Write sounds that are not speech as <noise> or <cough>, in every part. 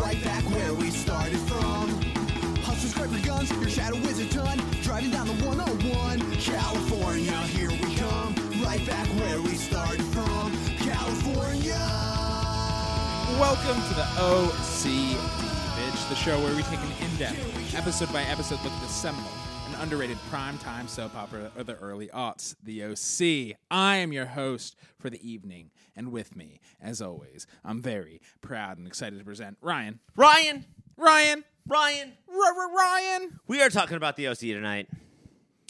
right back where we started from. Hustlers, grab your guns, your shadow is a ton. Driving down the 101, California, here we come. Right back where we started from, California. Welcome to the OC Bitch, the show where we take an in-depth, episode by episode look at the seminal and underrated primetime soap opera of the early aughts, the OC. I am your host for the evening, and with me, as always, I'm very proud and excited to present Ryan. Ryan, Ryan, Ryan, Ryan. we are talking about the OC tonight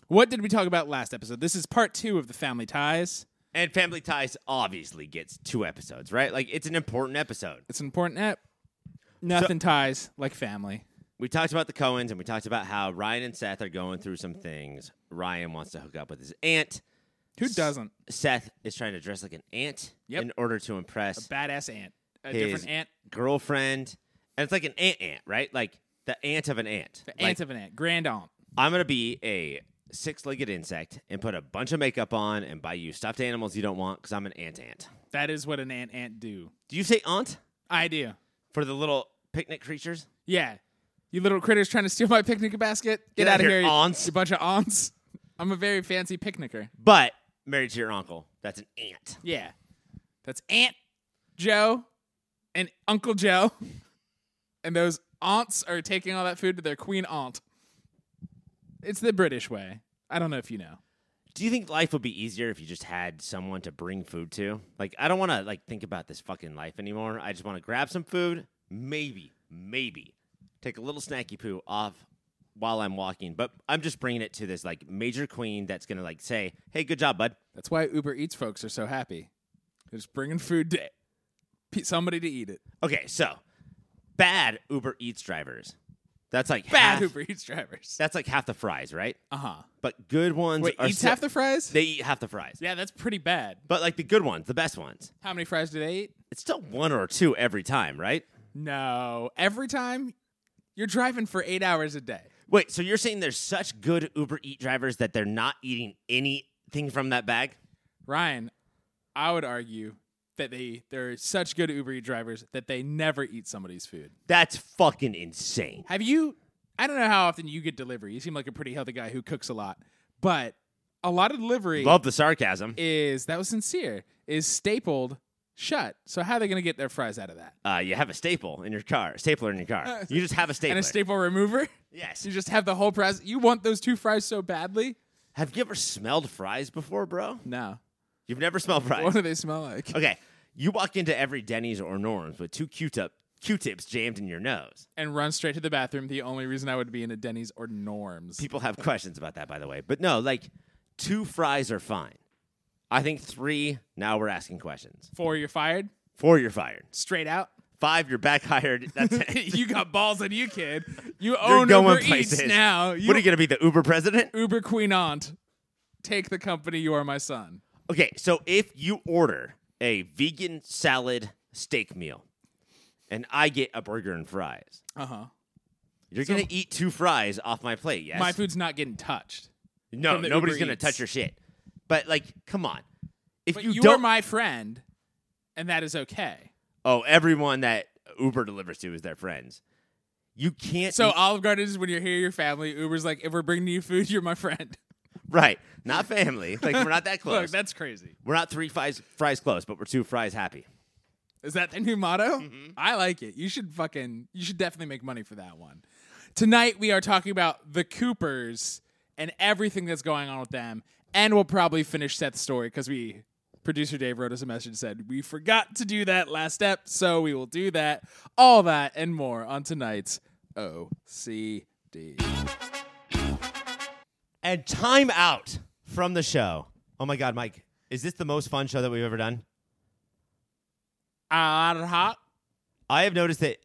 What did we talk about last episode? This is part two of the family ties. and Family Ties obviously gets two episodes, right? Like it's an important episode. It's an important ep. Nothing ties like family. We talked about the Cohens and we talked about how Ryan and Seth are going through some things. Ryan wants to hook up with his aunt. Who doesn't? Seth is trying to dress like an aunt Yep. in order to impress Badass aunt. A his different aunt. girlfriend. And it's like an aunt aunt, right? Like the aunt of an aunt. The Like, aunt of an aunt. Grand aunt. I'm gonna be a six-legged insect and put a bunch of makeup on and buy you stuffed animals you don't want because I'm an ant ant. That is what an ant ant do. Do you say aunt? I do. for the little picnic creatures. Yeah. You little critters trying to steal my picnic basket. Get, outta out of here, here, you- aunts. You bunch of aunts. I'm a very fancy picnicker. But married to your uncle, that's an ant. Yeah. That's Aunt Joe and Uncle Joe. And those aunts are taking all that food to their queen aunt. It's the British way. I don't know if you know. Do you think life would be easier if you just had someone to bring food to? Like, I don't want to like think about this fucking life anymore. I just want to grab some food, maybe, maybe take a little snacky poo off while I'm walking. But I'm just bringing it to this like major queen that's gonna like say, "Hey, good job, bud." That's why Uber Eats folks are so happy. They're just bringing food to pe- somebody to eat it. Okay, so bad Uber Eats drivers. That's like Bad half, Uber Eats drivers. That's like half the fries, right? Uh huh. But good ones Wait, are eats still- half the fries? they eat half the fries. yeah, that's pretty bad. But like the good ones, the best ones, How many fries do they eat? it's still one or two every time, right? No. Every time you're driving for eight hours a day. Wait, so you're saying there's such good Uber Eat drivers that they're not eating anything from that bag? Ryan, I would argue that they they're such good Uber Eats drivers that they never eat somebody's food. That's fucking insane. Have you I don't know how often you get delivery. You seem like a pretty healthy guy who cooks a lot. But a lot of delivery Love the sarcasm. is that was sincere, is stapled shut. So how are they gonna get their fries out of that? Uh, you have a staple in your car, stapler in your car. You just have a stapler. Uh, And a staple remover? <laughs> yes. You just have the whole prize. You want those two fries so badly? Have you ever smelled fries before, bro? No. You've never smelled What fries. do they smell like? Okay, you walk into every Denny's or Norm's with two Q-tip Q-tips jammed in your nose. And run straight to the bathroom. The only reason I would be in a Denny's or Norm's. people have questions about that, by the way. But no, like two fries are fine. I think three, now we're asking questions. Four, you're fired. Four, you're fired. Straight <laughs> out. <laughs> Five, you're back hired. That's it. you got balls on you, kid. You <laughs> You're own Uber Eats now. You, what are you going to be, the Uber president? Uber Queen Aunt. Take the company. You are my son. Okay, so if you order a vegan salad steak meal and I get a burger and fries, Uh huh. you're going to eat two fries off my plate, yes? My food's not getting touched. no, from the nobody's Uber going to Eats. touch your shit. But, like, come on. If But you, you, are don't. my friend, and that is okay. oh, everyone that Uber delivers to is their friends. You can't. So eat- Olive Garden is when you're here, your family. Uber's like, if we're bringing you food, you're my friend. <laughs> right, not family. Like we're not that close. Look, that's crazy. we're not three fries fries close, but we're two fries happy. Is that the new motto? Mm-hmm. I like it. You should fucking you should definitely make money for that one. Tonight we are talking about the Coopers and everything that's going on with them, and we'll probably finish Seth's story because we producer Dave wrote us a message and said we forgot to do that last step, so we will do that. All that and more on tonight's OCD. And time out from the show. Oh my God, Mike, is this the most fun show that we've ever done? Odd hot. I have noticed that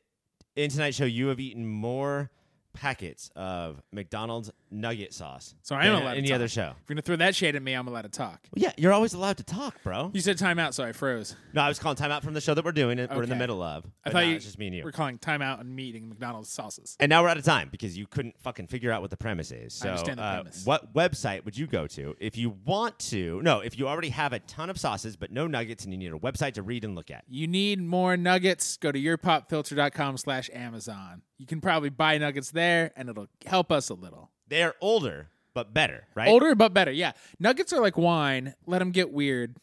in tonight's show, you have eaten more packets of McDonald's nugget sauce. So I am than allowed any to other talk. show. If you're gonna throw that shade at me, I'm allowed to talk. Well, yeah, you're always allowed to talk, bro. You said timeout, so I froze. No, I was calling timeout from the show that we're doing. And We're in the Okay. middle of. I but thought no, you it's just me and you. We're calling timeout and meeting McDonald's sauces. And now we're out of time because you couldn't fucking figure out what the premise is. So, understand the uh, premise. what website would you go to if you want to? No, if you already have a ton of sauces but no nuggets and you need a website to read and look at. You need more nuggets? Go to yourpopfilter.com slash Amazon. You can probably buy nuggets there, and it'll help us a little. They're older but better, right? Older but better, yeah. Nuggets are like wine. Let them get weird.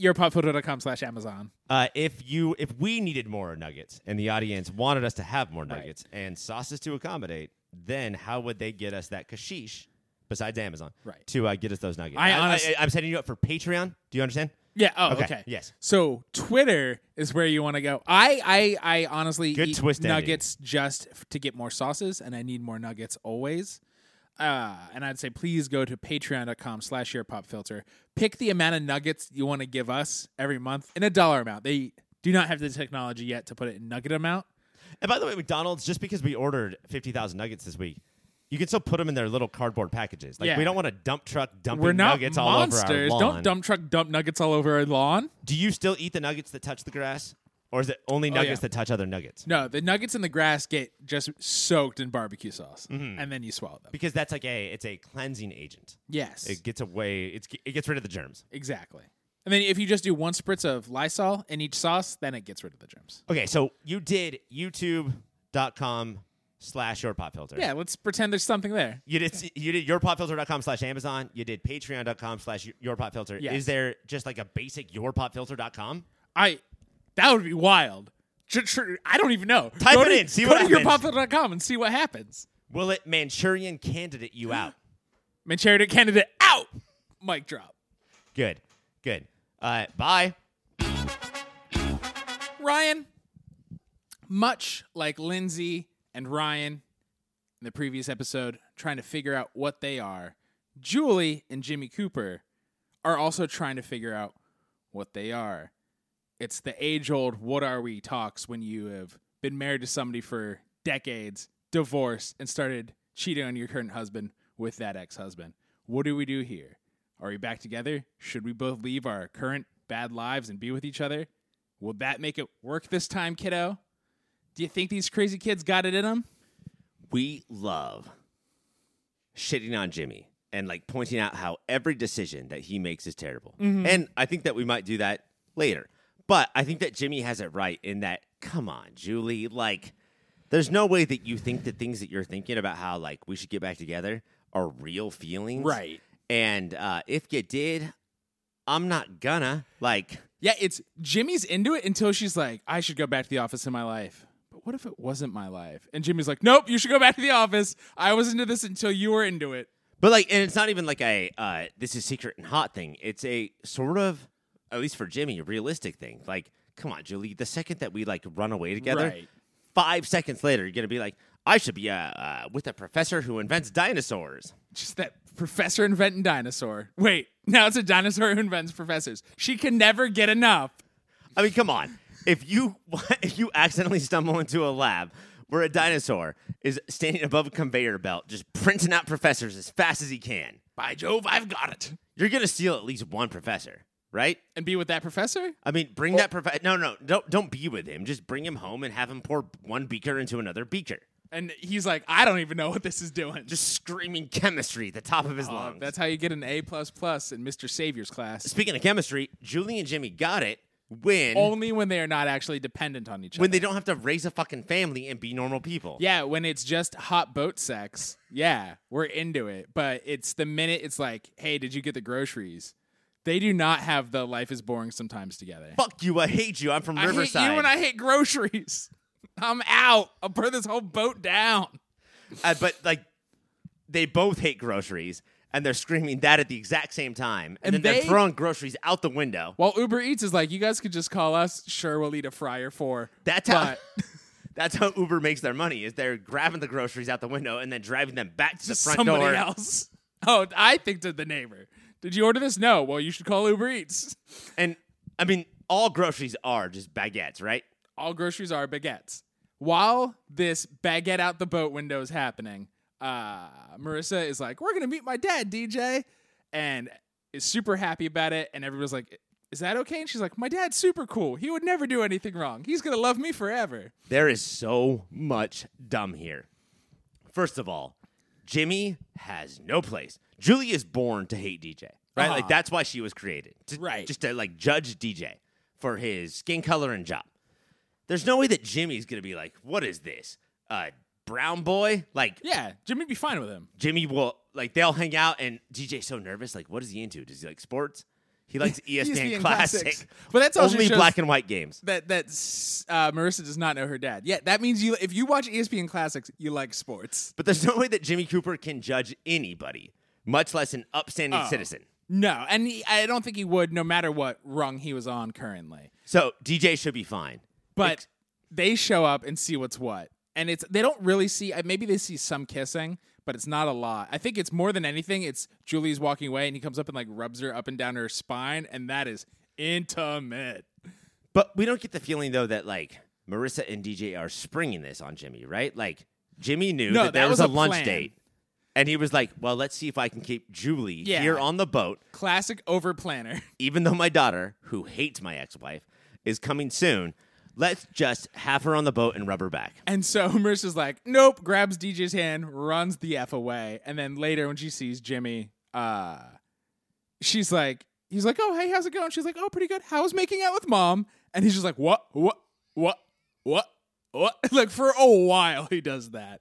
Yourpopfilter.com slash Amazon. Uh, if you if we needed more nuggets and the audience wanted us to have more nuggets and sauces to accommodate, then how would they get us that kashish besides Amazon? Right. To uh, get us those nuggets. I honest- I, am setting you up for Patreon. Do you understand? Yeah. Oh, okay. Okay, yes. So Twitter is where you want to go. I, I, I honestly Good eat twist, Andy. nuggets just f- to get more sauces, and I need more nuggets always. Uh, and I'd say please go to patreon.com slash your pop filter. Pick the amount of nuggets you want to give us every month in a dollar amount. They do not have the technology yet to put it in nugget amount. And by the way, McDonald's, just because we ordered 50,000 nuggets this week, you can still put them in their little cardboard packages. Like, Yeah. we don't want a dump truck dumping We're not nuggets monsters. all over our lawn. Don't dump truck dump nuggets all over our lawn. Do you still eat the nuggets that touch the grass? Or is it only nuggets Oh, yeah. that touch other nuggets? No, the nuggets in the grass get just soaked in barbecue sauce, Mm-hmm. and then you swallow them. Because that's like a, it's a cleansing agent. Yes, It gets away, it's, it gets rid of the germs. Exactly. And then if you just do one spritz of Lysol in each sauce, then it gets rid of the germs. Okay, so you did youtube.com slash your pop filter. Yeah, let's pretend there's something there. You did you did yourpopfilter.com slash Amazon. You did patreon.com slash yourpopfilter. Yes. Is there just like a basic yourpopfilter.com? I that would be wild. Tr- tr- I don't even know. Type go it to, in, see go what to happens. yourpopfilter.com and see what happens. Will it Manchurian candidate you <gasps> out? Manchurian candidate out. Mic drop. Good. Good. Uh, bye. Ryan, much like Lindsay and Ryan in the previous episode, trying to figure out what they are, Julie and Jimmy Cooper are also trying to figure out what they are. It's the age old what are we talks when you have been married to somebody for decades, divorced, and started cheating on your current husband with that ex husband. What do we do here? Are we back together? Should we both leave our current bad lives and be with each other? Will that make it work this time, kiddo? Do you think these crazy kids got it in them? We love shitting on Jimmy and like pointing out how every decision that he makes is terrible. And I think that we might do that later. But I think that Jimmy has it right in that, come on, Julie, like, there's no way that you think the things that you're thinking about how like we should get back together are real feelings. Right. And uh, if you did, I'm not gonna. Like, Yeah, it's Jimmy's into it until she's like, I should go back to the office in my life. But what if it wasn't my life? And Jimmy's like, Nope, you should go back to the office. I was into this until you were into it. But like, and it's not even like a uh, this is secret and hot thing. It's a sort of, at least for Jimmy, a realistic thing. Like, come on, Julie. The second that we like run away together, Right. five seconds later, you're gonna be like, I should be uh, uh, with a professor who invents dinosaurs. Just that professor inventing dinosaur. Wait, now it's a dinosaur who invents professors. She can never get enough. I mean, come on. If you <laughs> if you accidentally stumble into a lab where a dinosaur is standing above a conveyor belt, just printing out professors as fast as he can, By Jove, I've got it. you're gonna steal at least one professor, right? And be with that professor? I mean, bring that prof- no, no, don't don't be with him. Just bring him home and have him pour one beaker into another beaker, And he's like, I don't even know what this is doing. just screaming chemistry at the top of his lungs. Oh, That's how you get an A plus plus in Mr. Savior's class. Speaking of chemistry, Julie and Jimmy got it when Only when they are not actually dependent on each other. when they don't have to raise a fucking family and be normal people. Yeah, when it's just hot boat sex, yeah, we're into it. But it's the minute it's like, hey, did you get the groceries? They do not have the life is boring sometimes together. Fuck you! I hate you. I'm from I hate you Riverside. and I hate groceries. <laughs> I'm out. I'll burn this whole boat down. Uh, but like, they both hate groceries, and they're screaming that at the exact same time, and, And then they- they're throwing groceries out the window. While Uber Eats is like, you guys could just call us. Sure, we'll eat a fryer for. That's how. But- <laughs> That's how Uber makes their money. Is they're grabbing the groceries out the window and then driving them back to the front somebody door. else. <laughs> Oh, I think to the neighbor. Did you order this? No. Well, you should call Uber Eats. And I mean, all groceries are just baguettes, right? all groceries are baguettes. While this baguette out the boat window is happening, uh, Marissa is like, "We're gonna meet my dad, DJ," and is super happy about it. And everyone's like, "Is that okay?" And she's like, "My dad's super cool. He would never do anything wrong. He's gonna love me forever." There is so much dumb here. First of all, Jimmy has no place. Julie is born to hate DJ, right? Uh-huh. Like that's why she was created, to- Right. Just to like judge DJ for his skin color and job. There's no way that Jimmy's gonna be like, "What is this, a brown boy?" Like Yeah, Jimmy'd be fine with him. Jimmy will, like they'll hang out, and DJ's so nervous. Like, what is he into? Does he like sports? He likes <laughs> E ESPN ESPN Classic, classics. But that's also only shows- black and white games. That that s- uh, Marissa does not know her dad. Yeah, that means you. If you watch E ESPN Classics, you like sports. But there's no way that Jimmy Cooper can judge anybody, much less an upstanding Oh. citizen. No, and he, I don't think he would, no matter what rung he was on currently. So DJ should be fine. But Ex- they show up and see what's what, and it's they don't really see. uh, Maybe they see some kissing, but it's not a lot. I think it's more than anything. It's Julie's walking away, and he comes up and like rubs her up and down her spine, and that is intimate. but we don't get the feeling though that like Marissa and DJ are springing this on Jimmy, right? Like Jimmy knew No, that there that was, was a, a lunch plan. date, and he was like, "Well, let's see if I can keep Julie Yeah. here on the boat, Classic over planner. <laughs> even though my daughter, who hates my ex-wife, is coming soon. Let's just have her on the boat and rub her back." And so <laughs> Marissa's like, nope, grabs DJ's hand, runs the F away. And then later when she sees Jimmy, uh, she's like, he's like, oh, hey, how's it going? She's like, oh, pretty good. How's making out with mom? And he's just like, what, what, what, what, what? <laughs> like for a while he does that.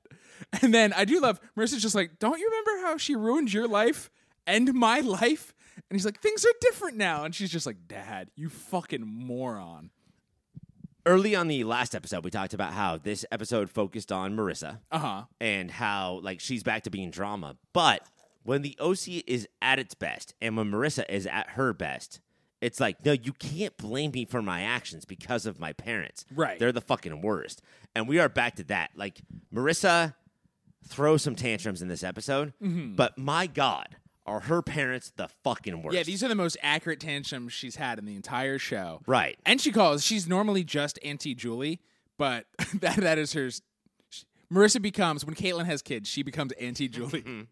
And then I do love Marissa's just like, don't you remember how she ruined your life and my life? And he's like, things are different now. And she's just like, dad, you fucking moron. Early on the last episode, we talked about how this episode focused on Marissa. Uh huh. and how like she's back to being drama. But when the OC is at its best and when Marissa is at her best, it's like, no, you can't blame me for my actions because of my parents. Right. They're the fucking worst. And we are back to that. Like Marissa throws some tantrums in this episode, Mm-hmm. but my God, are her parents the fucking worst? Yeah, these are the most accurate tantrums she's had in the entire show. Right. And she calls. She's normally just Auntie Julie, but <laughs> that that is her. s- sh- Marissa becomes when Caitlin has kids, she becomes Auntie <laughs> Julie.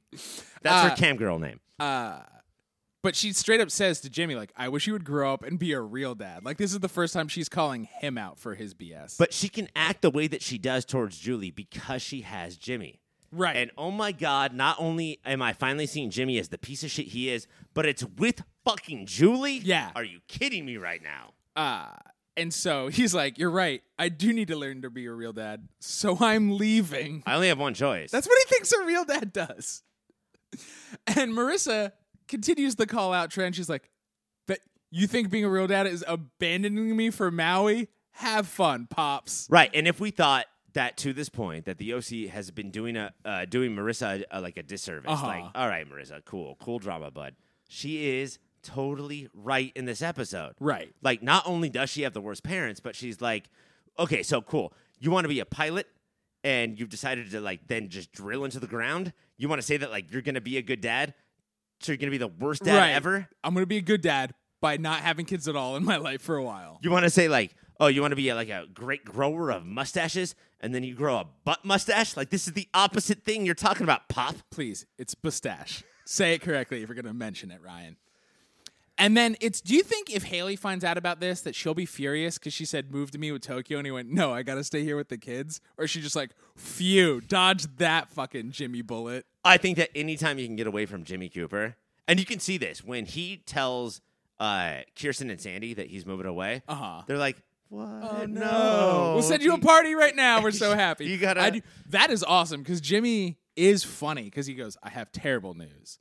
That's Uh, her cam girl name. but she straight up says to Jimmy, like, "I wish you would grow up and be a real dad." Like this is the first time she's calling him out for his BS. But she can act the way that she does towards Julie because she has Jimmy. Right. And oh my God, not only am I finally seeing Jimmy as the piece of shit he is, but it's with fucking Julie? Yeah. Are you kidding me right now? uh, and so he's like, "You're right. I do need to learn to be a real dad." So I'm leaving. I only have one choice. That's what he thinks a real dad does. <laughs> And Marissa continues the call out trend. She's like, "That you think being a real dad is abandoning me for Maui? Have fun, pops." right. And if we thought that to this point that the OC has been doing a uh, doing Marissa a, like a disservice, Uh-huh. like, all right, Marissa, cool, cool drama, bud. She is totally right in this episode. Right. Like, not only does she have the worst parents, but she's like, okay, so cool. You want to be a pilot and you've decided to, like, then just drill into the ground? You want to say that, like, you're going to be a good dad? So you're going to be the worst dad right. ever? I'm gonna be a good dad by not having kids at all in my life for a while. You want to say, like, oh, you want to be, like, a great grower of mustaches and then you grow a butt mustache? Like, this is the opposite thing you're talking about, Pop. Please, it's mustache. Say it correctly if you're gonna mention it, Ryan. And then it's do you think if Haley finds out about this that she'll be furious because she said move to me with Tokyo and he went, No, I gotta stay here with the kids? Or is she just like, phew, dodge that fucking Jimmy bullet. I think that anytime you can get away from Jimmy Cooper, and you can see this when he tells uh, Kirsten and Sandy that he's moving away, Uh-huh. they're like, "What? Oh We'll send you a party right now. We're so happy. <laughs> You gotta- I do- that is awesome because Jimmy is funny because he goes, I have terrible news.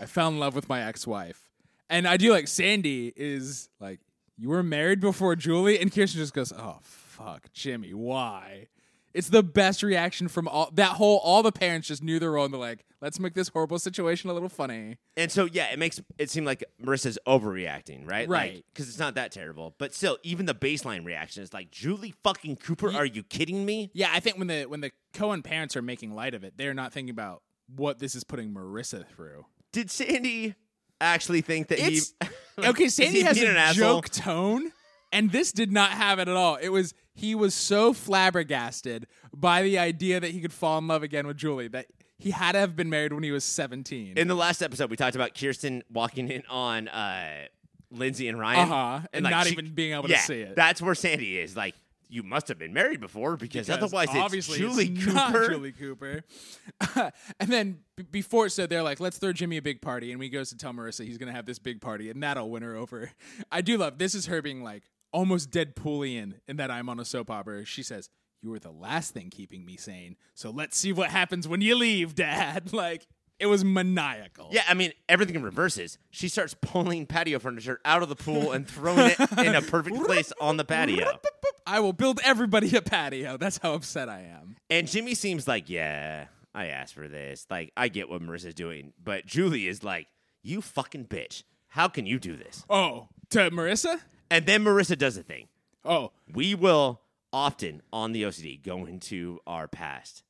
I fell in love with my ex wife. And I do like Sandy is like, You were married before Julie? And Kirsten just goes, Oh, fuck, Jimmy, why? It's the best reaction from all that whole. All the parents just knew their role and they're like, Let's make this horrible situation a little funny. And so yeah, it makes it seem like Marissa's overreacting, right? Right. Because it's not that terrible, but still, even the baseline reaction is like, "Julie fucking Cooper, are you kidding me?" Yeah, I think when the when the Cohen parents are making light of it, they're not thinking about what this is putting Marissa through. Did Sandy actually think that It's <laughs> <laughs> he? okay. Sandy he has being a an asshole? joke tone, and this did not have it at all. It was he was so flabbergasted by the idea that he could fall in love again with Julie that He had to have been married when he was 17. In the last episode, we talked about Kirsten walking in on uh, Lindsay and Ryan, Uh-huh, and not even being able to yeah, see it. That's where Sandy is. Like, you must have been married before because, because otherwise, obviously it's Julie it's <laughs> Cooper. not Julie Cooper. <laughs> and then b- before, so they're like, let's throw Jimmy a big party, and he goes to tell Marissa he's gonna have this big party, and that'll win her over. I do love this is her being like almost Deadpoolian in that I'm on a soap opera. She says. You were the last thing keeping me sane, so let's see what happens when you leave, Dad. <laughs> Like it was maniacal. Yeah, I mean everything in reverse is she starts pulling patio furniture out of the pool and throwing it in <laughs> a perfect place on the patio. I will build everybody a patio. That's how upset I am. And Jimmy seems like, yeah, I asked for this. Like, I get what Marissa's doing, but Julie is like, you fucking bitch. How can you do this? Oh, to Marissa. And then Marissa does a thing. Oh, We will often on the OCD go into our past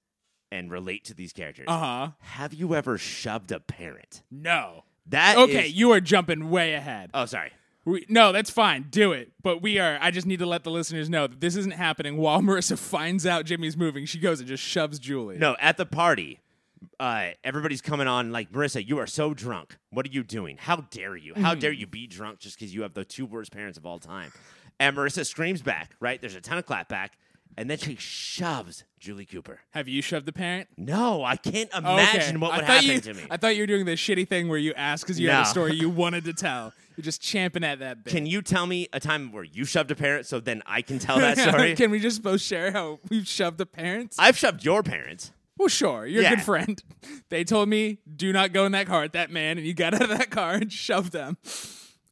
and relate to these characters. uh huh. Have you ever shoved a parent? No. That Okay, is- you are jumping way ahead. oh, sorry. We, no, that's fine. Do it. But we are. I just need to let the listeners know that this isn't happening while <laughs> Marissa finds out Jimmy's moving. She goes and just shoves Julie. No, at the party, uh, everybody's coming on like, Marissa, you are so drunk. What are you doing? How dare you? How Hmm. dare you be drunk just because you have the two worst parents of all time? And Marissa screams back, right? There's a ton of clap back. And then she shoves Julie Cooper. Have you shoved the parent? No, I can't Oh, okay. imagine what I would thought happen you- to me. I thought you were doing the shitty thing where you asked because you had a No. story you wanted to tell. You're just champing at that bit. Can you tell me a time where you shoved a parent so then I <laughs> can tell that story? Can we just both share how we've shoved the parents? I've shoved your parents. well, sure. You're a Yeah. good friend. <laughs> They told me, do not go in that car with that man. And you got <laughs> out of that car and shoved them.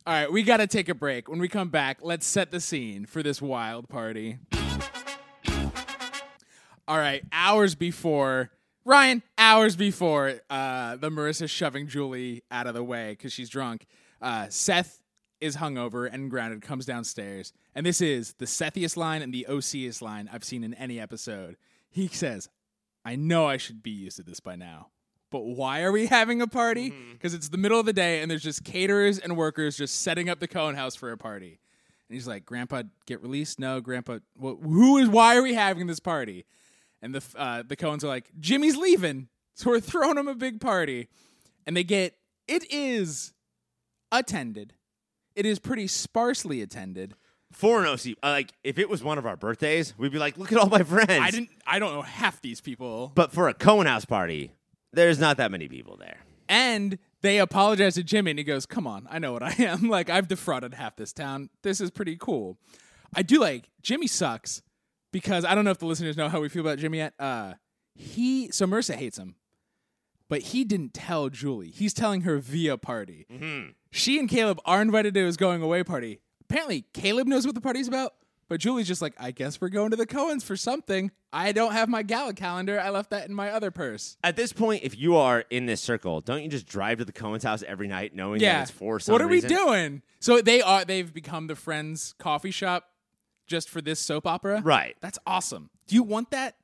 All right, we got to take a break. When we come back, let's set the scene for this wild party. All right, hours before Ryan, hours before uh, the Marissa shoving Julie out of the way because she's drunk, uh, Seth is hungover and grounded, comes downstairs, and this is the Sethiest line and the OCiest line I've seen in any episode. He says, "I know I should be used to this by now." But why are we <laughs> having a party? Because it's the middle of the day and there's just caterers and workers just setting up the Cohen house for a party. And he's like, Grandpa, get released? No, Grandpa, wh- who is, why are we having this party? And the f- uh, the Cohens are like, Jimmy's leaving, so we're throwing him a big party, and they get it is attended. It is pretty sparsely attended. For an OC, uh, like if it was one of our birthdays, we'd be like, look at all my friends. I didn't. I don't know half these people, But for a Cohen House party, there's not that many people there. and they apologize to Jimmy, and he goes, "Come on, I know what I <laughs> am. Like I've defrauded half this town. This is pretty cool. I do like Jimmy sucks because I don't know if the listeners know how we feel about Jimmy yet. Uh, he so Marissa hates him, but he didn't tell Julie. He's telling her via party. She and Caleb are invited to his going away party. Apparently, Caleb knows what the party's about, but Julie's just like, I guess we're going to the Cohens for something. I don't have my gala calendar. I left that in my other purse. At this point, if you are in this circle, don't you just drive to the Cohen's house every night knowing that Yeah. it's for some what are reason? we doing? So they are they've become the friends coffee shop just for this soap opera. Right. That's awesome. Do you want that?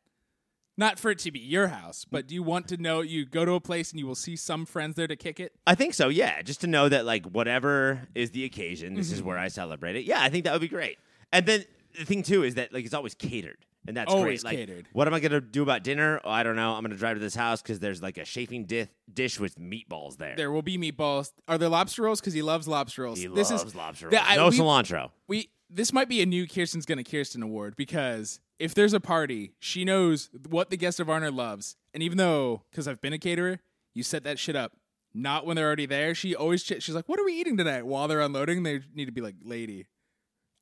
Not for it to be your house, but do you want to know you go to a place and you will see some friends there to kick it? I think so, yeah. Just to know that, like, whatever is the occasion, this is Mm-hmm. where I celebrate it. Yeah, I think that would be great. And then the thing, too, is that, like, it's always catered. And that's Always great. Like, catered. what am I going to do about dinner? Oh, I don't know. I'm going to drive to this house because there's, like, a chafing di- dish with meatballs there. There will be meatballs. Are there lobster rolls? Because he loves lobster rolls. he this loves is lobster Yeah, rolls. I- no we- cilantro. we this might be a new Kirsten's gonna Kirsten award because if there's a party, she knows what the guest of honor loves. And even though, because I've been a caterer, you set that shit up. Not when they're already there. She always ch- she's like, "What are we eating tonight?" While they're unloading, they need to be like, "Lady,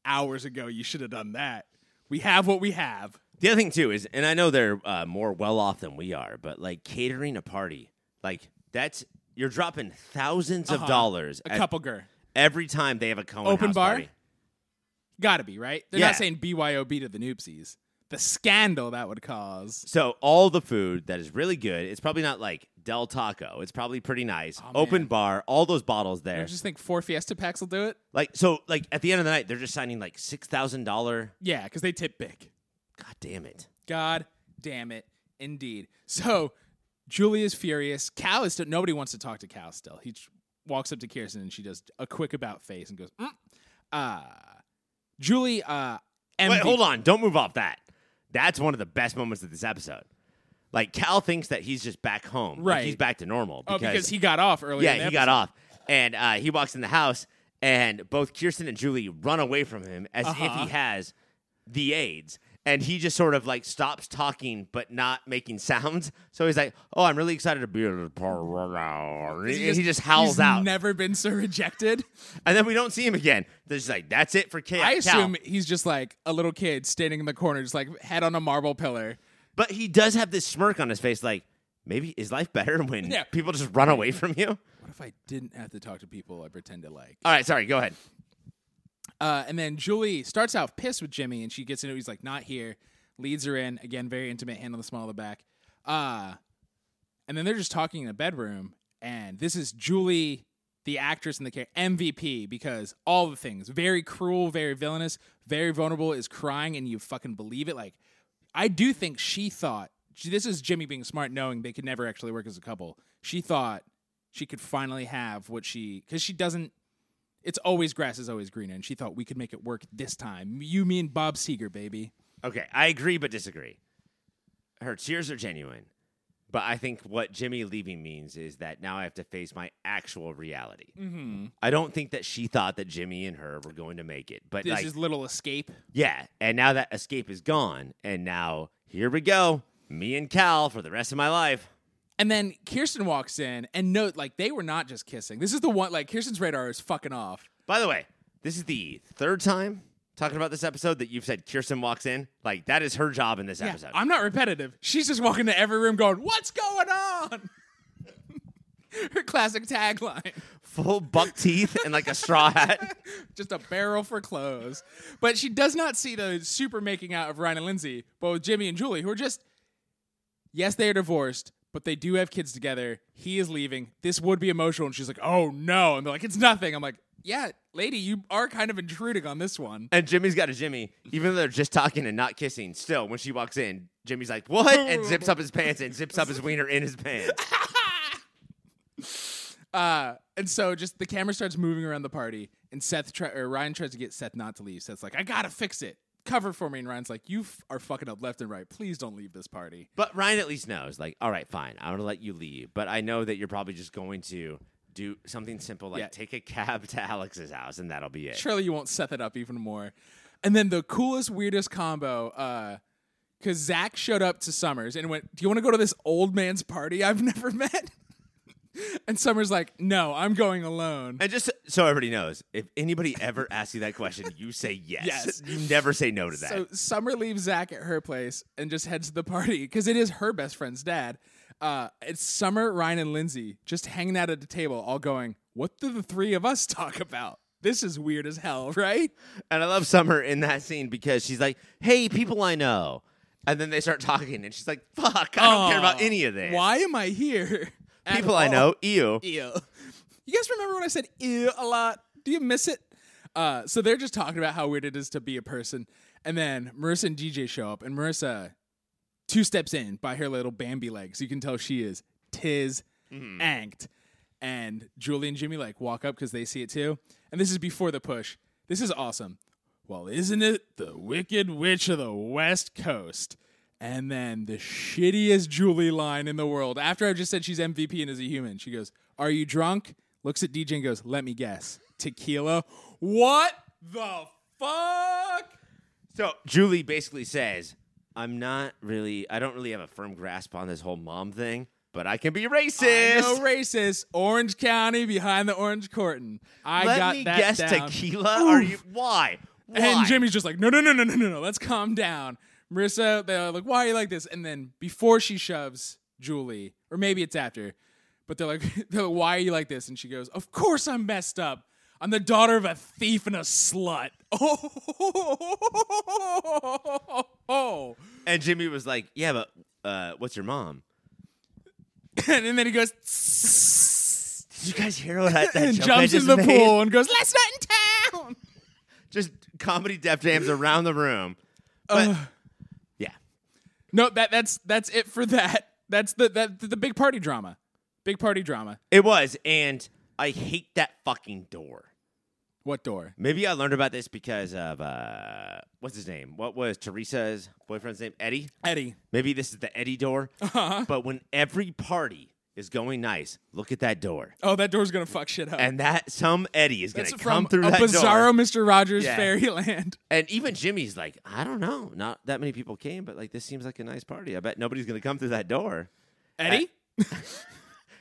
hours ago you should have done that. We have what we have." The other thing too is, and I know they're uh, more well off than we are, but like catering a party, like that's you're dropping 1000s of Uh-huh. dollars A at- couple girl, every time they have a Cohen Open House bar? Party. gotta be right. They're Yeah. not saying BYOB to the noopsies. The scandal that would cause. So all the food that is really good, it's probably not like Del Taco. It's probably pretty nice. Aw, Open Oh, man. bar, all those bottles I there. just think four Fiesta packs will do it. Like so, like at the end of the night, they're just signing like six thousand dollar. Yeah, because they tip big. God damn it! God damn it, indeed. So Julie is furious. Cal is still, nobody wants to talk to Cal still. He tr- walks up to Kirsten and she does a quick about face and goes, mm. uh, Julie, uh, MD, Wait, hold on, don't move off that. That's one of the best moments of this episode. Like Cal thinks that he's just back home. Like, Right. he's back to normal. Oh, Because, because he got off earlier. in Yeah, the he got Oh, episode. off. And uh, he walks in the house, and both Kirsten and Julie run away from him as if Uh-huh. he has the AIDS. And he just sort of like stops talking, but not making sounds. So he's like, "Oh, I'm really excited to be at the party." And He he just- just howls he's out, Never been so rejected. and then we don't see him again. They're just like, "That's it for Cal." I Cal." assume he's just like a little kid standing in the corner, just like head on a marble pillar. But he does have this smirk on his face, like maybe is life better when Yeah. people just run away from you? What if I didn't have to talk to people I pretend to like? All right, sorry, go ahead. Uh, and then Julie starts out pissed with Jimmy, and she gets into it. He's like, not here. Leads her in again, very intimate hand on the small of the back. Uh, and then they're just talking in the bedroom, and this is Julie, the actress in the character MVP because all the things very cruel, very villainous, very vulnerable is crying, and you fucking believe it. Like, I do think she thought this is Jimmy being smart, knowing they could never actually work as a couple. She thought she could finally have what she because she doesn't it's always grass is always greener, and she thought we could make it work this time. You mean Bob Seger, baby? Okay, I agree but disagree. Her tears are genuine, but I think what Jimmy leaving means is that now I have to face my actual reality. Mm-hmm. I don't think that she thought that Jimmy and her were going to make it, but This like, is little escape. yeah, and now that escape is gone, and now here we go, me and Cal for the rest of my life. And then Kirsten walks in, and note like they were not just kissing. This is the one like Kirsten's radar is fucking off. By the way, this is the third time talking about this episode that you've said Kirsten walks in. Like that is her job in this Yeah, episode. I'm not repetitive. She's just walking to every room, going, "What's going on?" <laughs> Her classic tagline. Full buck teeth and like a <laughs> straw hat. just a barrel for clothes. But she does not see the super making out of Ryan and Lindsay, but with Jimmy and Julie, who are just, yes, they are divorced, but they do have kids together. He is leaving. This would be emotional. And she's like, oh no. And they're like, it's nothing. I'm like, yeah, lady, you are kind of intruding on this one. And Jimmy's got a Jimmy, even though they're just talking and not kissing. Still, when she walks in, Jimmy's like, "What?" and zips up his pants and zips up his wiener in his pants. Uh, and so just the camera starts moving around the party, and Seth try, or Ryan tries to get Seth not to leave. Seth's like, I gotta fix it. Cover for me. And Ryan's like, you f- are fucking up left and right. Please don't leave this party. But Ryan at least knows, like, "All right, fine, I'm gonna let you leave, but I know that you're probably just going to do something simple, like Yeah. take a cab to Alex's house, and that'll be it." surely you won't set that up even more. And then the coolest, weirdest combo, uh, because Zach showed up to Summers and went, Do you want to go to this old man's party I've <laughs> never met? and Summers like, No, I'm going alone. And just so everybody knows, if anybody ever asks you that question, you say yes. Yes. You never say no to that. So Summer leaves Zach at her place and just heads to the party because it is her best friend's dad. Uh, it's Summer, Ryan, and Lindsay just hanging out at the table, all going, What do the three of us <laughs> talk about? This is weird as hell, right? and I love Summer in that scene because she's like, hey, people I know. And then they start talking, and she's like, fuck, I don't care about Oh, any of this. Why am I here? At People I all? know, ew. ew. You guys remember when I said ew a lot? Do you miss it? Uh, so they're just talking about how weird it is to be a person. And then Marissa and DJ show up, and Marissa two steps in by her little Bambi legs. You can tell she is tis anked. And Julie and Jimmy like walk up because they see it too. And this is before the push. This is awesome. Well, isn't it the Wicked Witch of the West Coast? And then the shittiest Julie line in the world. After I've just said she's MVP and is a human, she goes, Are you drunk? Looks at DJ and goes, Let me guess. Tequila. What the fuck? So Julie basically says, I'm not really, I don't really have a firm grasp on this whole mom thing, but I can be racist. No racist. Orange County behind the orange curtain. I Let got me that guess down. tequila. Are you, why? Why? And Jimmy's just like, no, no, no, no, no, no, no. Let's calm down. Marissa, they're like, why are you like this? And then before she shoves Julie, or maybe it's after, but they're like, <laughs> they're like, why are you like this? And she goes, of course I'm messed up. I'm the daughter of a thief and a slut. <laughs> Oh. and Jimmy was like, yeah, but uh, what's your mom? And then he goes, <laughs> "Tss," Did you guys hear what I, <laughs> that and joke I jumps just in the made? pool and goes, last night in town. Just comedy def jams around the room. But yeah, No, that that's that's it for that. That's the that the big party drama. Big party drama. it was. And I hate that fucking door. What door? Maybe I learned about this because of uh, what's his name? What was Teresa's boyfriend's name? Eddie. Eddie. Maybe this is the Eddie door. Uh-huh. But when every party is going nice, look at that door, Oh, that door's gonna fuck shit up. and that some Eddie is going That's to from come through a that bizarro door. Mr. Rogers Yeah. <laughs> fairyland. And even Jimmy's like, I don't know, not that many people came, but like this seems like a nice party. I bet nobody's going to come through that door. Eddie.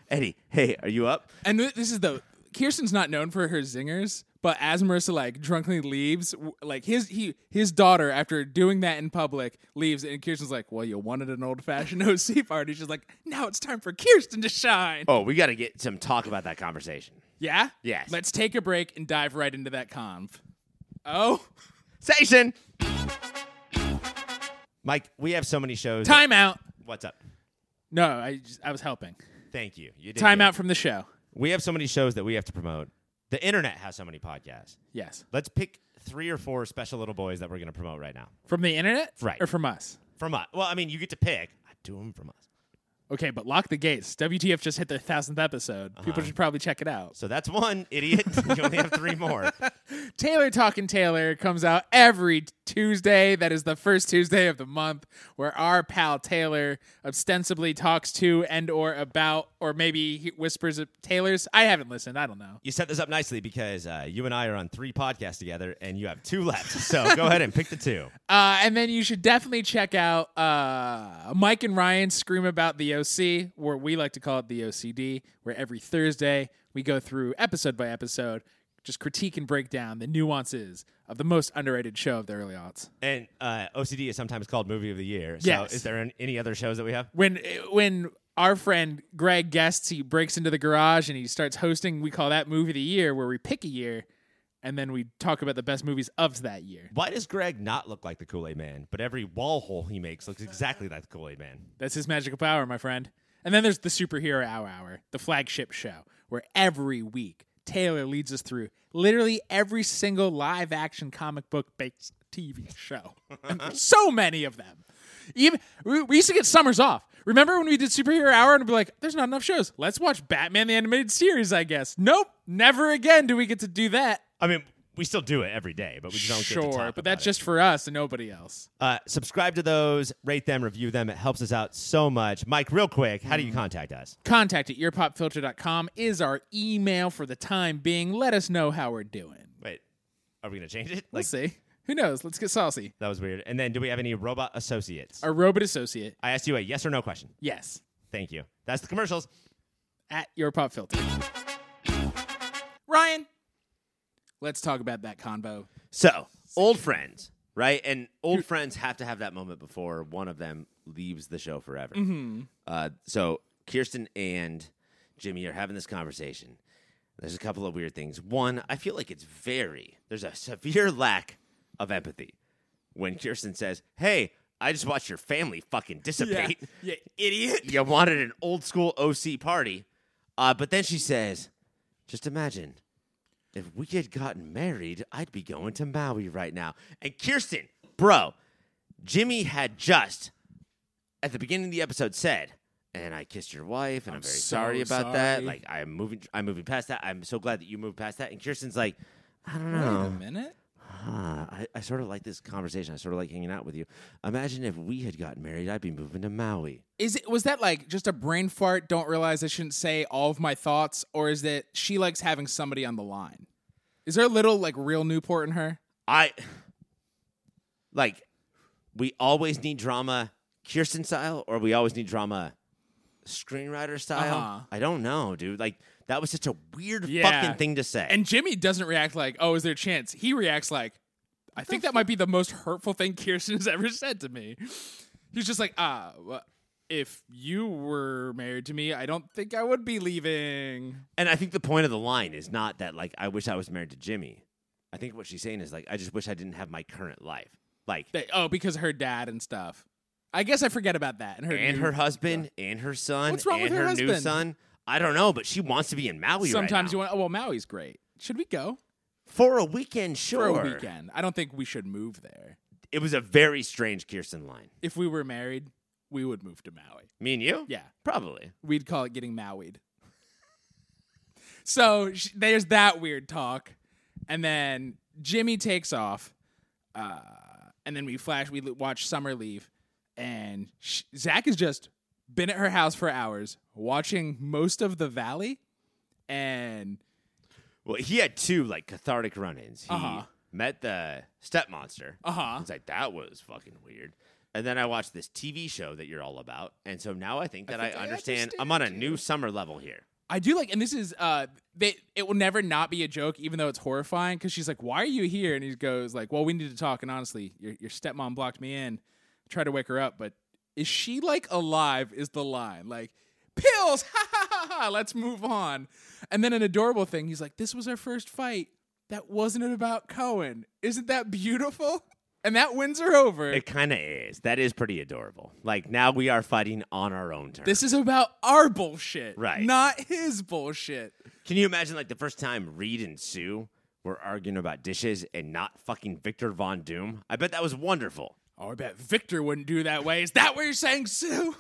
Eddie, hey, are you up? And th- this is the Kirsten's not known for her zingers, but as Marissa like drunkenly leaves, w- like his he his daughter after doing that in public leaves, and Kirsten's like, "Well, you wanted an old <laughs> fashioned OC party." She's like, "Now it's time for Kirsten to shine." Oh, we got to get some talk about that conversation. Yeah. Yes. Let's take a break and dive right into that conv. Oh, Station. Mike, we have so many shows. time out. What's up? No, I just, I was helping. Thank you. You did Time good. out from the show. We have so many shows that we have to promote. The internet has so many podcasts. Yes. Let's pick three or four special little boys that we're going to promote right now From the internet? Right. Or from us? from us. Well, I mean, you get to pick. I do them from us. Okay, but lock the gates. WTF just hit their thousandth episode. People should probably check it out. So that's one idiot. <laughs> you only have three more. Taylor Talking Taylor comes out every Tuesday. That is the first Tuesday of the month, where our pal Taylor ostensibly talks to and or about, or maybe he whispers at Taylor's. I haven't listened. I don't know. You set this up nicely because uh, you and I are on three podcasts together, and you have two left. So go ahead and pick the two. Uh, and then you should definitely check out uh, Mike and Ryan scream about the OC, or we like to call it the OCD, where every Thursday we go through episode by episode, just critique and break down the nuances of the most underrated show of the early aughts. And uh, OCD is sometimes called movie of the year. So Yes. is there an- any other shows that we have? When when our friend Greg guests, he breaks into the garage and he starts hosting. We call that movie of the year, where we pick a year, and then we talk about the best movies of that year. Why does Greg not look like the Kool Aid Man, but every wall hole he makes looks exactly like the Kool Aid Man? That's his magical power, my friend. And then there's the Superhero Hour Hour, the flagship show, where every week Taylor leads us through literally every single live action comic book based TV show. <laughs> And there's so many of them. Even we, we used to get summers off. Remember when we did Superhero Hour and we'd be like, there's not enough shows. Let's watch Batman the Animated Series, I guess. Nope, never again do we get to do that. I mean, we still do it every day, but we just don't get to Sure, talk but about that's it. just for us and nobody else. Uh, subscribe to those, rate them, review them. It helps us out so much. Mike, real quick, how do you contact us? Contact at earpopfilter.com is our email for the time being. Let us know how we're doing. Wait, are we going to change it? We'll see. Who knows? Let's get saucy. that was weird. And then, do we have any robot associates? Our robot associate, I asked you a yes or no question. yes, Thank you. That's the commercials. at your pop filter. Ryan, let's talk about that convo. So, old friends, right? And old friends have to have that moment before one of them leaves the show forever. Uh, so, Kirsten and Jimmy are having this conversation. There's a couple of weird things. One, I feel like it's very, there's a severe <laughs> lack of empathy when Kirsten says, Hey, I just watched your family fucking dissipate. <laughs> yeah, idiot. you wanted an old school OC party. Uh, but then she says, just imagine if we had gotten married, I'd be going to Maui right now. And Kirsten, bro, Jimmy had just at the beginning of the episode said, and I kissed your wife, and I'm, very so sorry about that. sorry." Like I'm moving, I'm moving past that. I'm so glad that you moved past that. And Kirsten's like, I don't know. Wait a minute. Ah, I, I sort of like this conversation. I sort of like hanging out with you. Imagine if we had gotten married, I'd be moving to Maui. Is it was that like just a brain fart? Don't realize I shouldn't say all of my thoughts, or is that she likes having somebody on the line? Is there a little like real Newport in her? I like we always need drama Kirsten style or we always need drama screenwriter style. Uh-huh. I don't know, dude. Like that was such a weird Yeah. fucking thing to say. And Jimmy doesn't react like, "Oh, is there a chance?" He reacts like, "I think that might be the most hurtful thing <laughs> Kirsten has ever said to me." He's just like, "Ah, well, if you were married to me, I don't think I would be leaving." and I think the point of the line is not that like I wish I was married to Jimmy. I think what she's saying is like I just wish I didn't have my current life. Like They, oh, because of her dad and stuff. I guess I forget about that. And her and new- her husband and her son What's wrong and with her new husband? son. I don't know, but she wants to be in Maui Sometimes right now. you want. Oh well, Maui's great. Should we go for a weekend, sure. for a weekend? I don't think we should move there. It was a very strange Kirsten line. If we were married, we would move to Maui. Me and you? Yeah. Probably. we'd call it getting Mauied. So sh- there's that weird talk. and then Jimmy takes off, uh, and then we flash. We l- watch Summer leave, and sh- Zach has just been at her house for hours watching most of the Valley, and Well, he had two like cathartic run-ins. He Uh-huh. met the step monster. Uh-huh. It's like that was fucking weird. And then I watched this TV show that you're all about, and so now I think that I, think I understand. I'm on a understand new summer level here. I do like, and this is uh, they it will never not be a joke, even though it's horrifying. Because she's like, "Why are you here?" And he goes like, "Well, we need to talk." And honestly, your your stepmom blocked me in. Try to wake her up, but is she like alive? Is the line like pills? <laughs> Ha ha ha ha! Let's move on. And then an adorable thing. He's like, "This was our first fight. That wasn't about Cohen. Isn't that beautiful?" And that wins her over. It kind of is. That is pretty adorable. Like now we are fighting on our own terms. this is about our bullshit, Right. Not his bullshit. Can you imagine like the first time Reed and Sue were arguing about dishes and not fucking Victor Von Doom? I bet that was wonderful. Oh, I bet Victor wouldn't do that way. Is that what you're saying, Sue?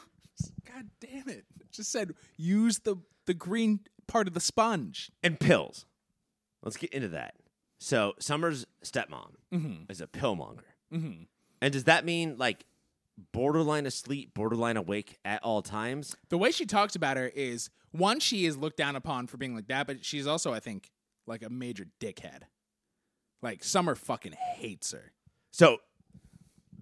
God damn it. Just said use the, the green part of the sponge. and pills. Let's get into that. So Summer's stepmom is a pillmonger, mm-hmm. and does that mean like borderline asleep, borderline awake at all times? The way she talks about her is one, she is looked down upon for being like that, but she's also, I think, like a major dickhead. Like Summer fucking hates her. So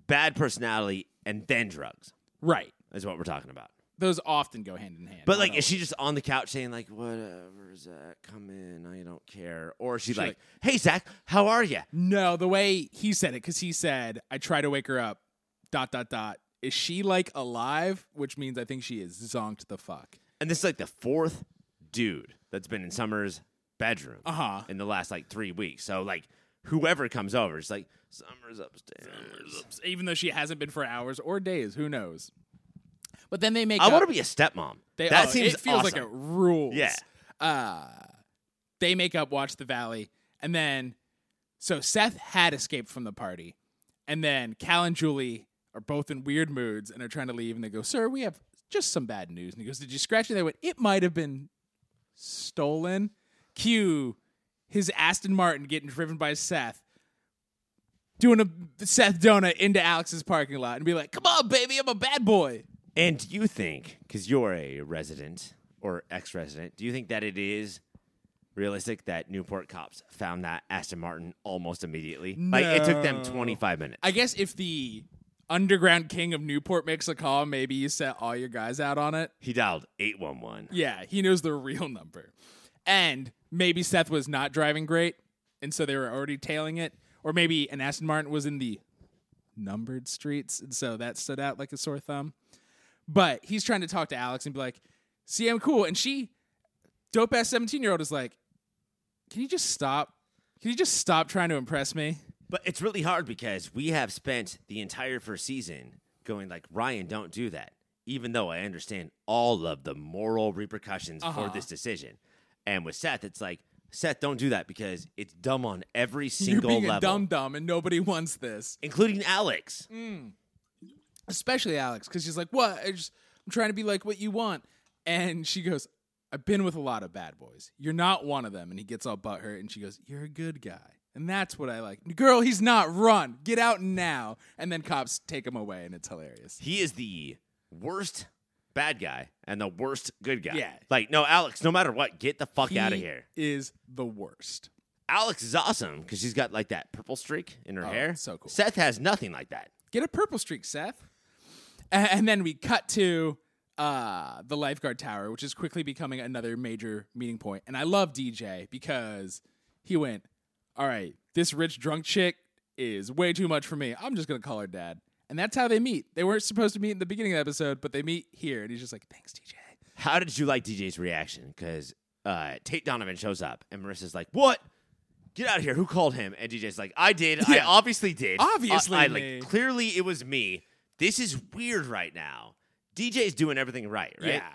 bad personality and then drugs Right. is what we're talking about. Those often go hand in hand. But like, Although- is she just on the couch saying like, "Whatever, Zach, come in, I don't care," or is she, She, like, like- "Hey, Zach, how are you?" No, the way he said it, because he said, I try to wake her up, dot, dot, dot. Is she like alive? Which means I think she is zonked the fuck. And this is like the fourth dude that's been in Summer's bedroom Uh-huh. in the last like three weeks. So like whoever comes over, it's like Summer's upstairs. even though she hasn't been for hours or days. Who knows? But then they make. I up- want to be a stepmom. They, that oh, seems it feels awesome. like it rules. Yeah. Uh, they make up watch the valley, and then so Seth had escaped from the party, and then Cal and Julie are both in weird moods and are trying to leave, and they go, "Sir, we have just some bad news." And he goes, "Did you scratch it?" They went, "It might have been stolen." Cue his Aston Martin getting driven by Seth. Doing a Seth Donut into Alex's parking lot and be like, "Come on, baby, I'm a bad boy." and do you think, because you're a resident or ex-resident, do you think that it is realistic that Newport cops found that Aston Martin almost immediately? Like it took them No. 25 minutes. I guess if the underground king of Newport makes a call, maybe you set all your guys out on it. he dialed 811. Yeah, he knows the real number. And maybe Seth was not driving great, and so they were already tailing it. Or maybe an Aston Martin was in the numbered streets, and so that stood out like a sore thumb. But he's trying to talk to Alex and be like, see, I'm cool. And she, dope ass 17 year old, is like, can you just stop? Can you just stop trying to impress me? But it's really hard because we have spent the entire first season going like Ryan, don't do that. Even though I understand all of the moral repercussions Uh-huh. for this decision, and with Seth, it's like Seth, don't do that because it's dumb on every single You're being level, a dumb Mm. dumb, and nobody wants this. including Alex. especially Alex, because she's like, "What? I just, I'm trying to be like what you want." And she goes, "I've been with a lot of bad boys. You're not one of them." And he gets all butthurt, and she goes, "You're a good guy." And that's what I like. Girl, he's not. Run. Get out now. And then cops take him away, and it's hilarious. He is the worst bad guy and the worst good guy. Yeah. like no, Alex. No matter what, get the fuck He out of here. Is the worst. Alex is awesome because she's got like that purple streak in her hair. Oh, so cool. Seth has nothing like that. Get a purple streak, Seth. A- And then we cut to uh, the lifeguard tower, which is quickly becoming another major meeting point. And I love DJ because he went, All right, this rich drunk chick is way too much for me. I'm just going to call her dad. And that's how they meet. They weren't supposed to meet in the beginning of the episode, but they meet here. And he's just like, Thanks, DJ. How did you like DJ's reaction? Because uh, Tate Donovan shows up and Marissa's like, "What? Get out of here! Who called him?" And DJ's like, "I did. I Yeah. obviously did. Uh, Obviously I, me." like clearly it was me. This is weird right now. DJ's doing everything right, right? Yeah,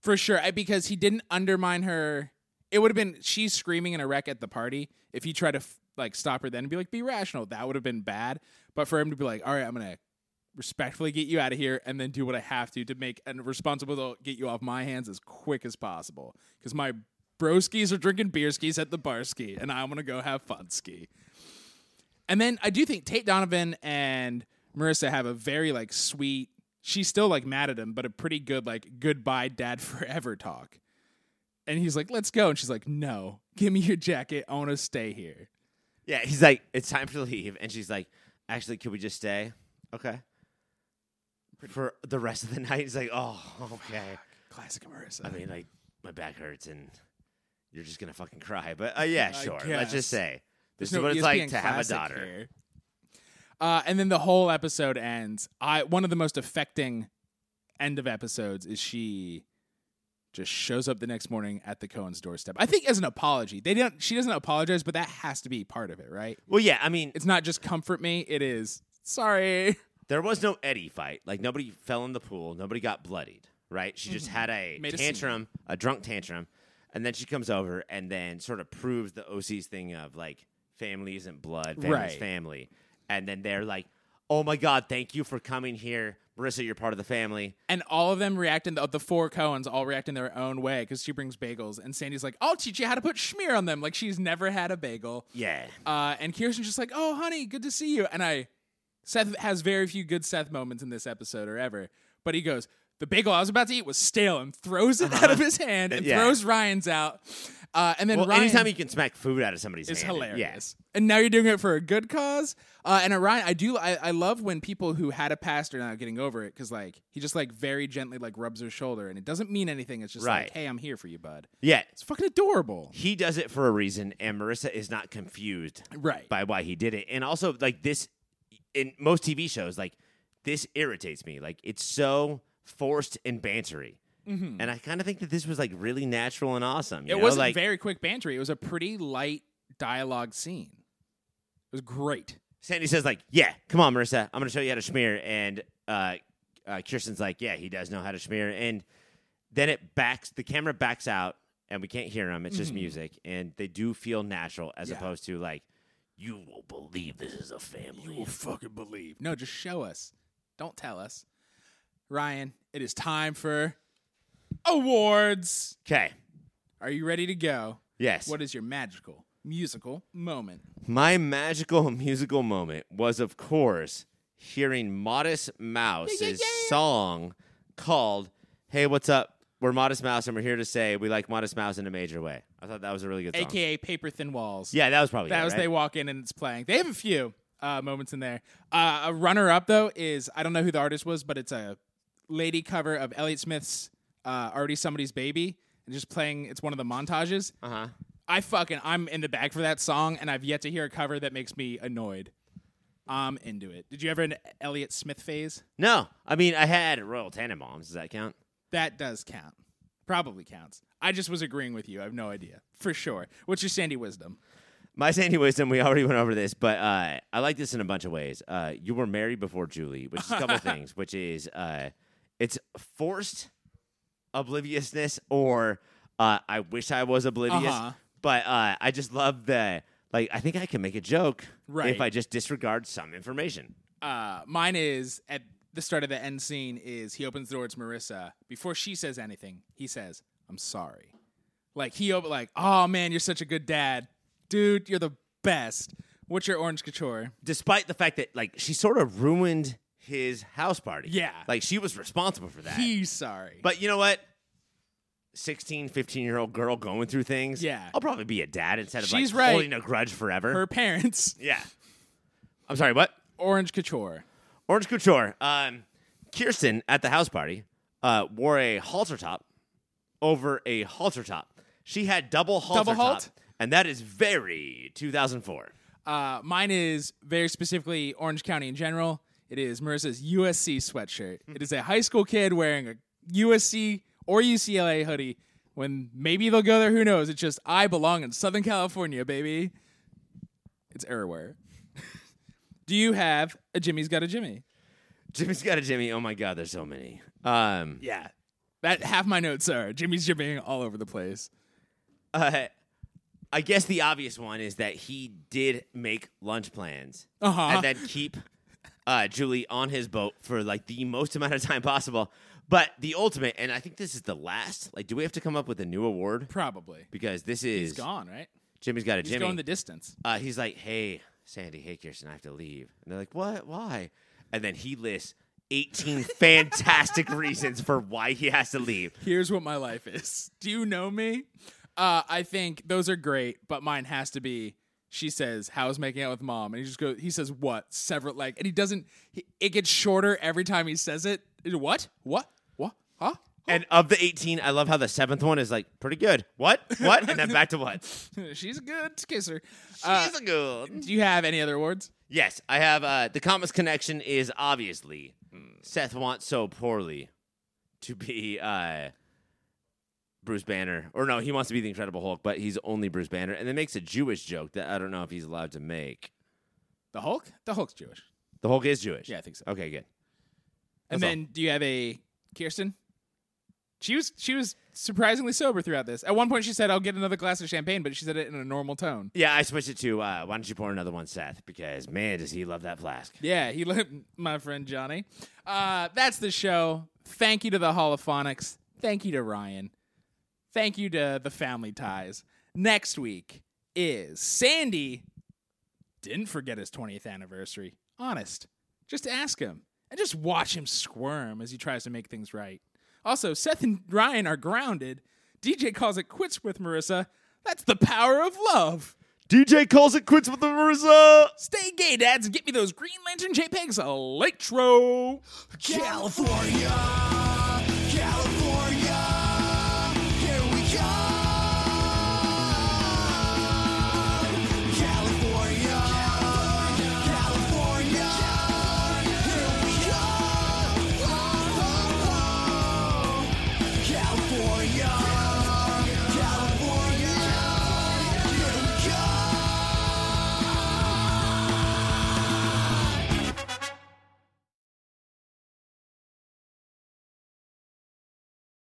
for sure. I, because he didn't undermine her. It would have been she's screaming in a wreck at the party. If he tried to f- like stop her, then and be like, "Be rational," that would have been bad. But for him to be like, "All right, I'm gonna respectfully get you out of here," and then do what I have to to make a responsible adult get you off my hands as quick as possible, because my broskies are drinking beer skis at the bar ski, and I want to go have fun ski. And then I do think Tate Donovan and Marissa have a very like sweet. She's still like mad at him, but a pretty good like goodbye dad <laughs> forever talk. And he's like, "Let's go," and she's like, "No, give me your jacket. I want to stay here." Yeah, he's like, it's time to leave. And she's like, actually, could we just stay? Okay. For the rest of the <laughs> night. He's like, oh, okay. Classic Marissa. I mean, like, my back hurts and you're just going to fucking cry. But uh, yeah, <laughs> I sure. Let's guess. just say this There's no E is what ESPN it's like to have a classic daughter. here. Uh, and then the whole episode ends. I one of the most affecting end of episodes is she just shows up the next morning at the Cohen's doorstep. I think as an apology. They don't she doesn't apologize, but that has to be part of it, right? Well, yeah, I mean, It's not just comfort me, it is sorry. there was no Eddie fight. Like, nobody fell in the pool. Nobody got bloodied, right? She just had a Mm-hmm. Made a scene. tantrum, a, drunk tantrum. And then she comes over and then sort of proves the OC's thing of like, family isn't blood, family's Right. family. And then they're like, oh my God, thank you for coming here. Marissa, you're part of the family. And all of them react in the, the four Cohens all react in their own way because she brings bagels and Sandy's like, I'll teach you how to put schmear on them. Like she's never had a bagel. Yeah. Uh, and Kirsten's just like, "Oh, honey, good to see you." And I, Seth has very few good Seth moments in this episode or ever. But he goes, "The bagel I was about to eat was stale," and throws it out of his hand and Uh-huh. Yeah. throws Ryan's out. Uh, and then Well, Ryan anytime you can smack food out of somebody's is hand, hilarious. yeah. And now you're doing it for a good cause. Uh, and uh, Ryan, I do, I, I love when people who had a past are now getting over it because like he just like very gently like rubs her shoulder and it doesn't mean anything. It's just Right. like, "Hey, I'm here for you, bud." Yeah. It's fucking adorable. He does it for a reason, and Marissa is not confused Right. by why he did it. And also, like this, in most TV shows, like this irritates me. Like it's so forced and bantery. And I kind of think that this was like really natural and awesome. you Mm-hmm. It know? wasn't like, very quick banter. It was a pretty light dialogue scene. It was great. Sandy says like, "Yeah, come on, Marissa, I'm gonna show you how to smear." And uh, uh, Kirsten's like, "Yeah, he does know how to smear." And then it backs the camera backs out, and we can't hear him. It's just music, and they do feel natural as Mm-hmm. Yeah. opposed to like, "You will believe this is a family." fucking believe. No, just show us. Don't tell us. Ryan, it is time for awards. Okay. Are you ready to go? Yes. What is your magical musical moment? My magical <laughs> musical moment was, of course, hearing Modest Mouse's song called "Hey, what's up?" We're Modest Mouse, and we're here to say we like Modest Mouse in a major way. I thought that was a really good song. AKA Paper Thin Walls. Yeah, that was probably That it, was right? they walk in and it's playing. They have a few uh, moments in there. Uh, a runner up though is I don't know who the artist was, but it's a lady cover of Elliott Smith's uh, "Already Somebody's Baby" and just playing. It's one of the montages. Uh huh. I fucking I'm in the bag for that song, and I've yet to hear a cover that makes me annoyed. I'm into it. Did you ever an Elliott Smith phase? No, I mean I had Royal Tenenbaums. Does that count? That does count. Probably counts. I just was agreeing with you. I have no idea for sure. What's your Sandy wisdom? <laughs> My Sandy wisdom. We already went over this, but uh, I like this in a bunch of ways. Uh, you were married before Julie, which is <laughs> a couple things. Which is uh, it's forced obliviousness, or uh, I wish I was oblivious. Uh-huh. But uh, I just love the like. I think I can make a joke Right. if I just disregard some information. uh, mine is at the start of the end scene is he opens the door to Marissa before she says anything. He says, "I'm sorry." Like he op- like, "Oh man, you're such a good dad, dude. You're the best." What's your orange couture? Despite the fact that like she sort of ruined his house party. Yeah. like she was responsible for that. He's sorry. But you know what? 16, 15 year old girl going through things. Yeah. I'll probably be a dad instead of She's like right. holding a grudge forever. her parents, yeah. I'm sorry, what? orange couture. Orange Couture. Um, Kirsten at the house party uh, wore a halter top over a halter top. She had double halter Double halt? top. And that is very 2004. Uh, mine is very specifically Orange County in general. It is Marissa's USC sweatshirt. it is a high school kid wearing a USC or UCLA hoodie. When maybe they'll go there, who knows? It's just I belong in Southern California, baby. It's everywhere. <laughs> Do you have a Jimmy's Got a Jimmy? Jimmy's got a Jimmy. Oh my God, there's so many. Um, Yeah. That half my notes are Jimmy's Jimmying all over the place. uh, I guess the obvious one is that he did make lunch plans Uh-huh. and then keep uh, Julie on his boat for like the most amount of time possible. But the ultimate, and I think this is the last. Like, do we have to come up with a new award? Probably. Because this is He's gone, right? Jimmy's got a He's Jimmy. going the distance. uh, he's like, "Hey, Sandy, hey Kirsten, I have to leave." And they're like, "What? Why?" And then he lists 18 <laughs> fantastic reasons for why he has to leave. Here's what my life is. <laughs> Do you know me? Uh, I think those are great, but mine has to be. She says, "How's making out with mom?" And he just goes. He says, "What?" Several like, and he doesn't. He, it gets shorter every time he says it. What? What? What? Huh? And of the 18, I love how the seventh one is like pretty good. What? What? And then back to what? <laughs> <laughs> She's She's a good kisser. Uh, a good. do you have any other awards? Yes, I have. Uh, the Comics connection is obviously Seth wants so poorly to be uh, Bruce Banner, or no, he wants to be the Incredible Hulk, but he's only Bruce Banner, and then makes a Jewish joke that I don't know if he's allowed to make. The Hulk. The Hulk's Jewish. The Hulk is Jewish. Yeah, I think so. Okay, good. And That's then, do you have a Kirsten? She was she was surprisingly sober throughout this. At one point, she said, "I'll get another glass of champagne," but she said it in a normal tone. Yeah, I switched it to uh, why don't you pour another one, Seth? Because man, does he love that flask. Yeah, he looked my friend Johnny. Uh, that's the show. Thank you to the Holophonics. Thank you to Ryan. Thank you to the Family Ties. Next week is Sandy. Didn't forget his 20th anniversary. Honest. Just ask him and just watch him squirm as he tries to make things right. Also, Seth and Ryan are grounded. DJ calls it quits with Marissa. That's the power of love. DJ calls it quits with the Marissa. Stay gay, dads, and get me those Green Lantern JPEGs, Electro. California.